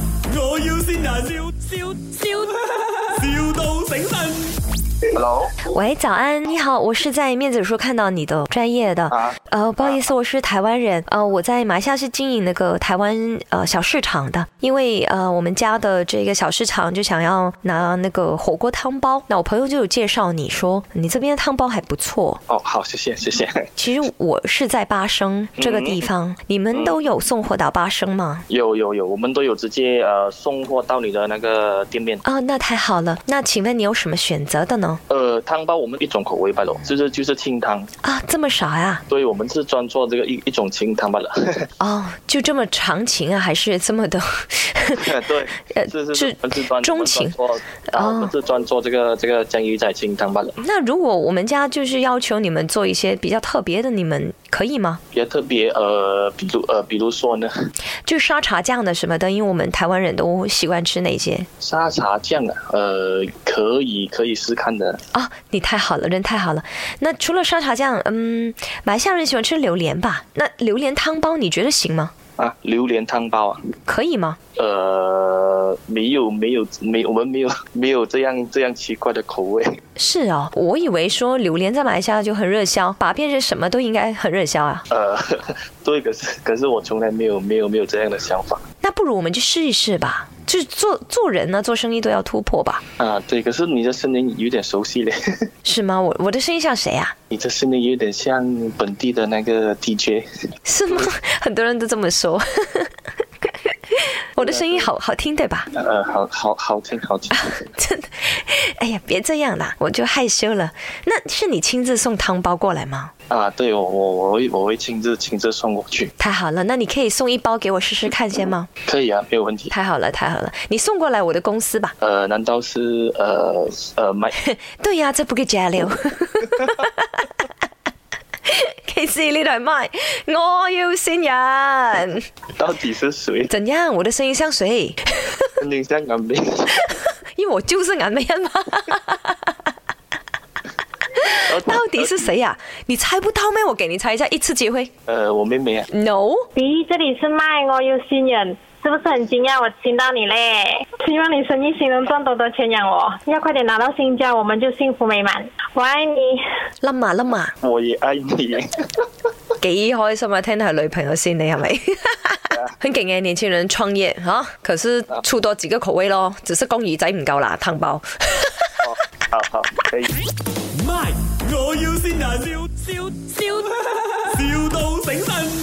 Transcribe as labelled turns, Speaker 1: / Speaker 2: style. Speaker 1: 要先人，笑笑笑，, 笑到醒神。
Speaker 2: Hello，
Speaker 3: 喂，早安，你好，我是在面子书看到你的专业的，
Speaker 2: 啊
Speaker 3: 呃，不好意思，我是台湾人，呃，我在马来西亚是经营那个台湾呃小市场的，因为呃我们家的这个小市场就想要拿那个火锅汤包，那我朋友就有介绍你说你这边的汤包还不错，
Speaker 2: 哦，好，谢谢，谢谢。
Speaker 3: 其实我是在巴生这个地方，你们都有送货到巴生吗？
Speaker 2: 有有有，我们都有直接呃送货到你的那个店面。
Speaker 3: 啊、那太好了，那请问你有什么选择的呢？
Speaker 2: 呃，汤包我们一种口味罢了，就是就是清汤，
Speaker 3: 啊，这么少呀、
Speaker 2: 所以我们是专做这个一一种清汤罢了。
Speaker 3: 哦，就这么长情啊，还是这么的？
Speaker 2: 对，
Speaker 3: 呃
Speaker 2: 是
Speaker 3: 是
Speaker 2: 是是，我们是专
Speaker 3: 钟
Speaker 2: 我们专
Speaker 3: 情哦
Speaker 2: 做啊，我们是专做这个这个江鱼仔清汤罢了，
Speaker 3: 那如果我们家就是要求你们做一些比较特别的，你们可以吗？
Speaker 2: 比较特别呃，比如呃，比如说呢，
Speaker 3: 就沙茶酱的什么的，因为我们台湾人都习惯吃那些
Speaker 2: 沙茶酱啊，呃，可以可以试看的。
Speaker 3: 啊。你太好了，人太好了。那除了沙茶酱，嗯，马来西亚人喜欢吃榴莲吧？那榴莲汤包你觉得行吗？
Speaker 2: 啊，榴莲汤包啊，
Speaker 3: 可以吗？
Speaker 2: 呃，没有没有没，我们没有没有这样这样奇怪的口味。
Speaker 3: 是哦，我以为说榴莲在马来西亚就很热销，把它变成什么都应该很热销啊。
Speaker 2: 呃，对，可是可是我从来没有没有没有这样的想法
Speaker 3: 那不如我们去试一试吧。就是做做人呢，做生意都要突破吧，
Speaker 2: 啊。对，可是你的声音有点熟悉嘞，
Speaker 3: 是吗？我我的声音像谁啊？
Speaker 2: 你的声音有点像本地的那个 DJ。
Speaker 3: 是吗？很多人都这么说。我的声音好好听，对吧？
Speaker 2: 呃，好好好听好听。
Speaker 3: 真的，哎呀，别这样啦，我就害羞了。那是你亲自送汤包过来吗？
Speaker 2: 啊，对我我我会我会亲自亲自送过去，
Speaker 3: 太好了，那你可以送一包给我试试看先吗？
Speaker 2: 可以啊，没有问题。
Speaker 3: 太好了，太好了，你送过来我的公司吧。
Speaker 2: 呃，难道是呃呃买？
Speaker 3: 对呀、这不嘅假料。其实呢度系麦，我要先人。
Speaker 2: 到底是谁？
Speaker 3: 怎样？我的声音像谁？
Speaker 2: 肯定香港妹。
Speaker 3: 因为我就是俺妹啊人嘛。 到底是谁呀、你猜不到咩？我给你猜一下，一次机会。
Speaker 2: 呃我妹妹啊？
Speaker 3: No，
Speaker 4: 咦，这里是卖我有新人，是不是很惊讶我听到你嘞？希望你生意兴隆，赚多多钱养我，要快点拿到新家，我们就幸福美满。我爱你。
Speaker 3: 冧啊冧啊，
Speaker 2: 我也爱你。
Speaker 3: 几开心啊！听到系女朋友先，你系咪？很勁嘅年輕人創業嚇、啊可是出多自己口味咯，只是公魚仔唔夠啦，湯包。
Speaker 2: 好好好，可以。
Speaker 1: 卖，我要先人，笑笑笑，,笑到醒神。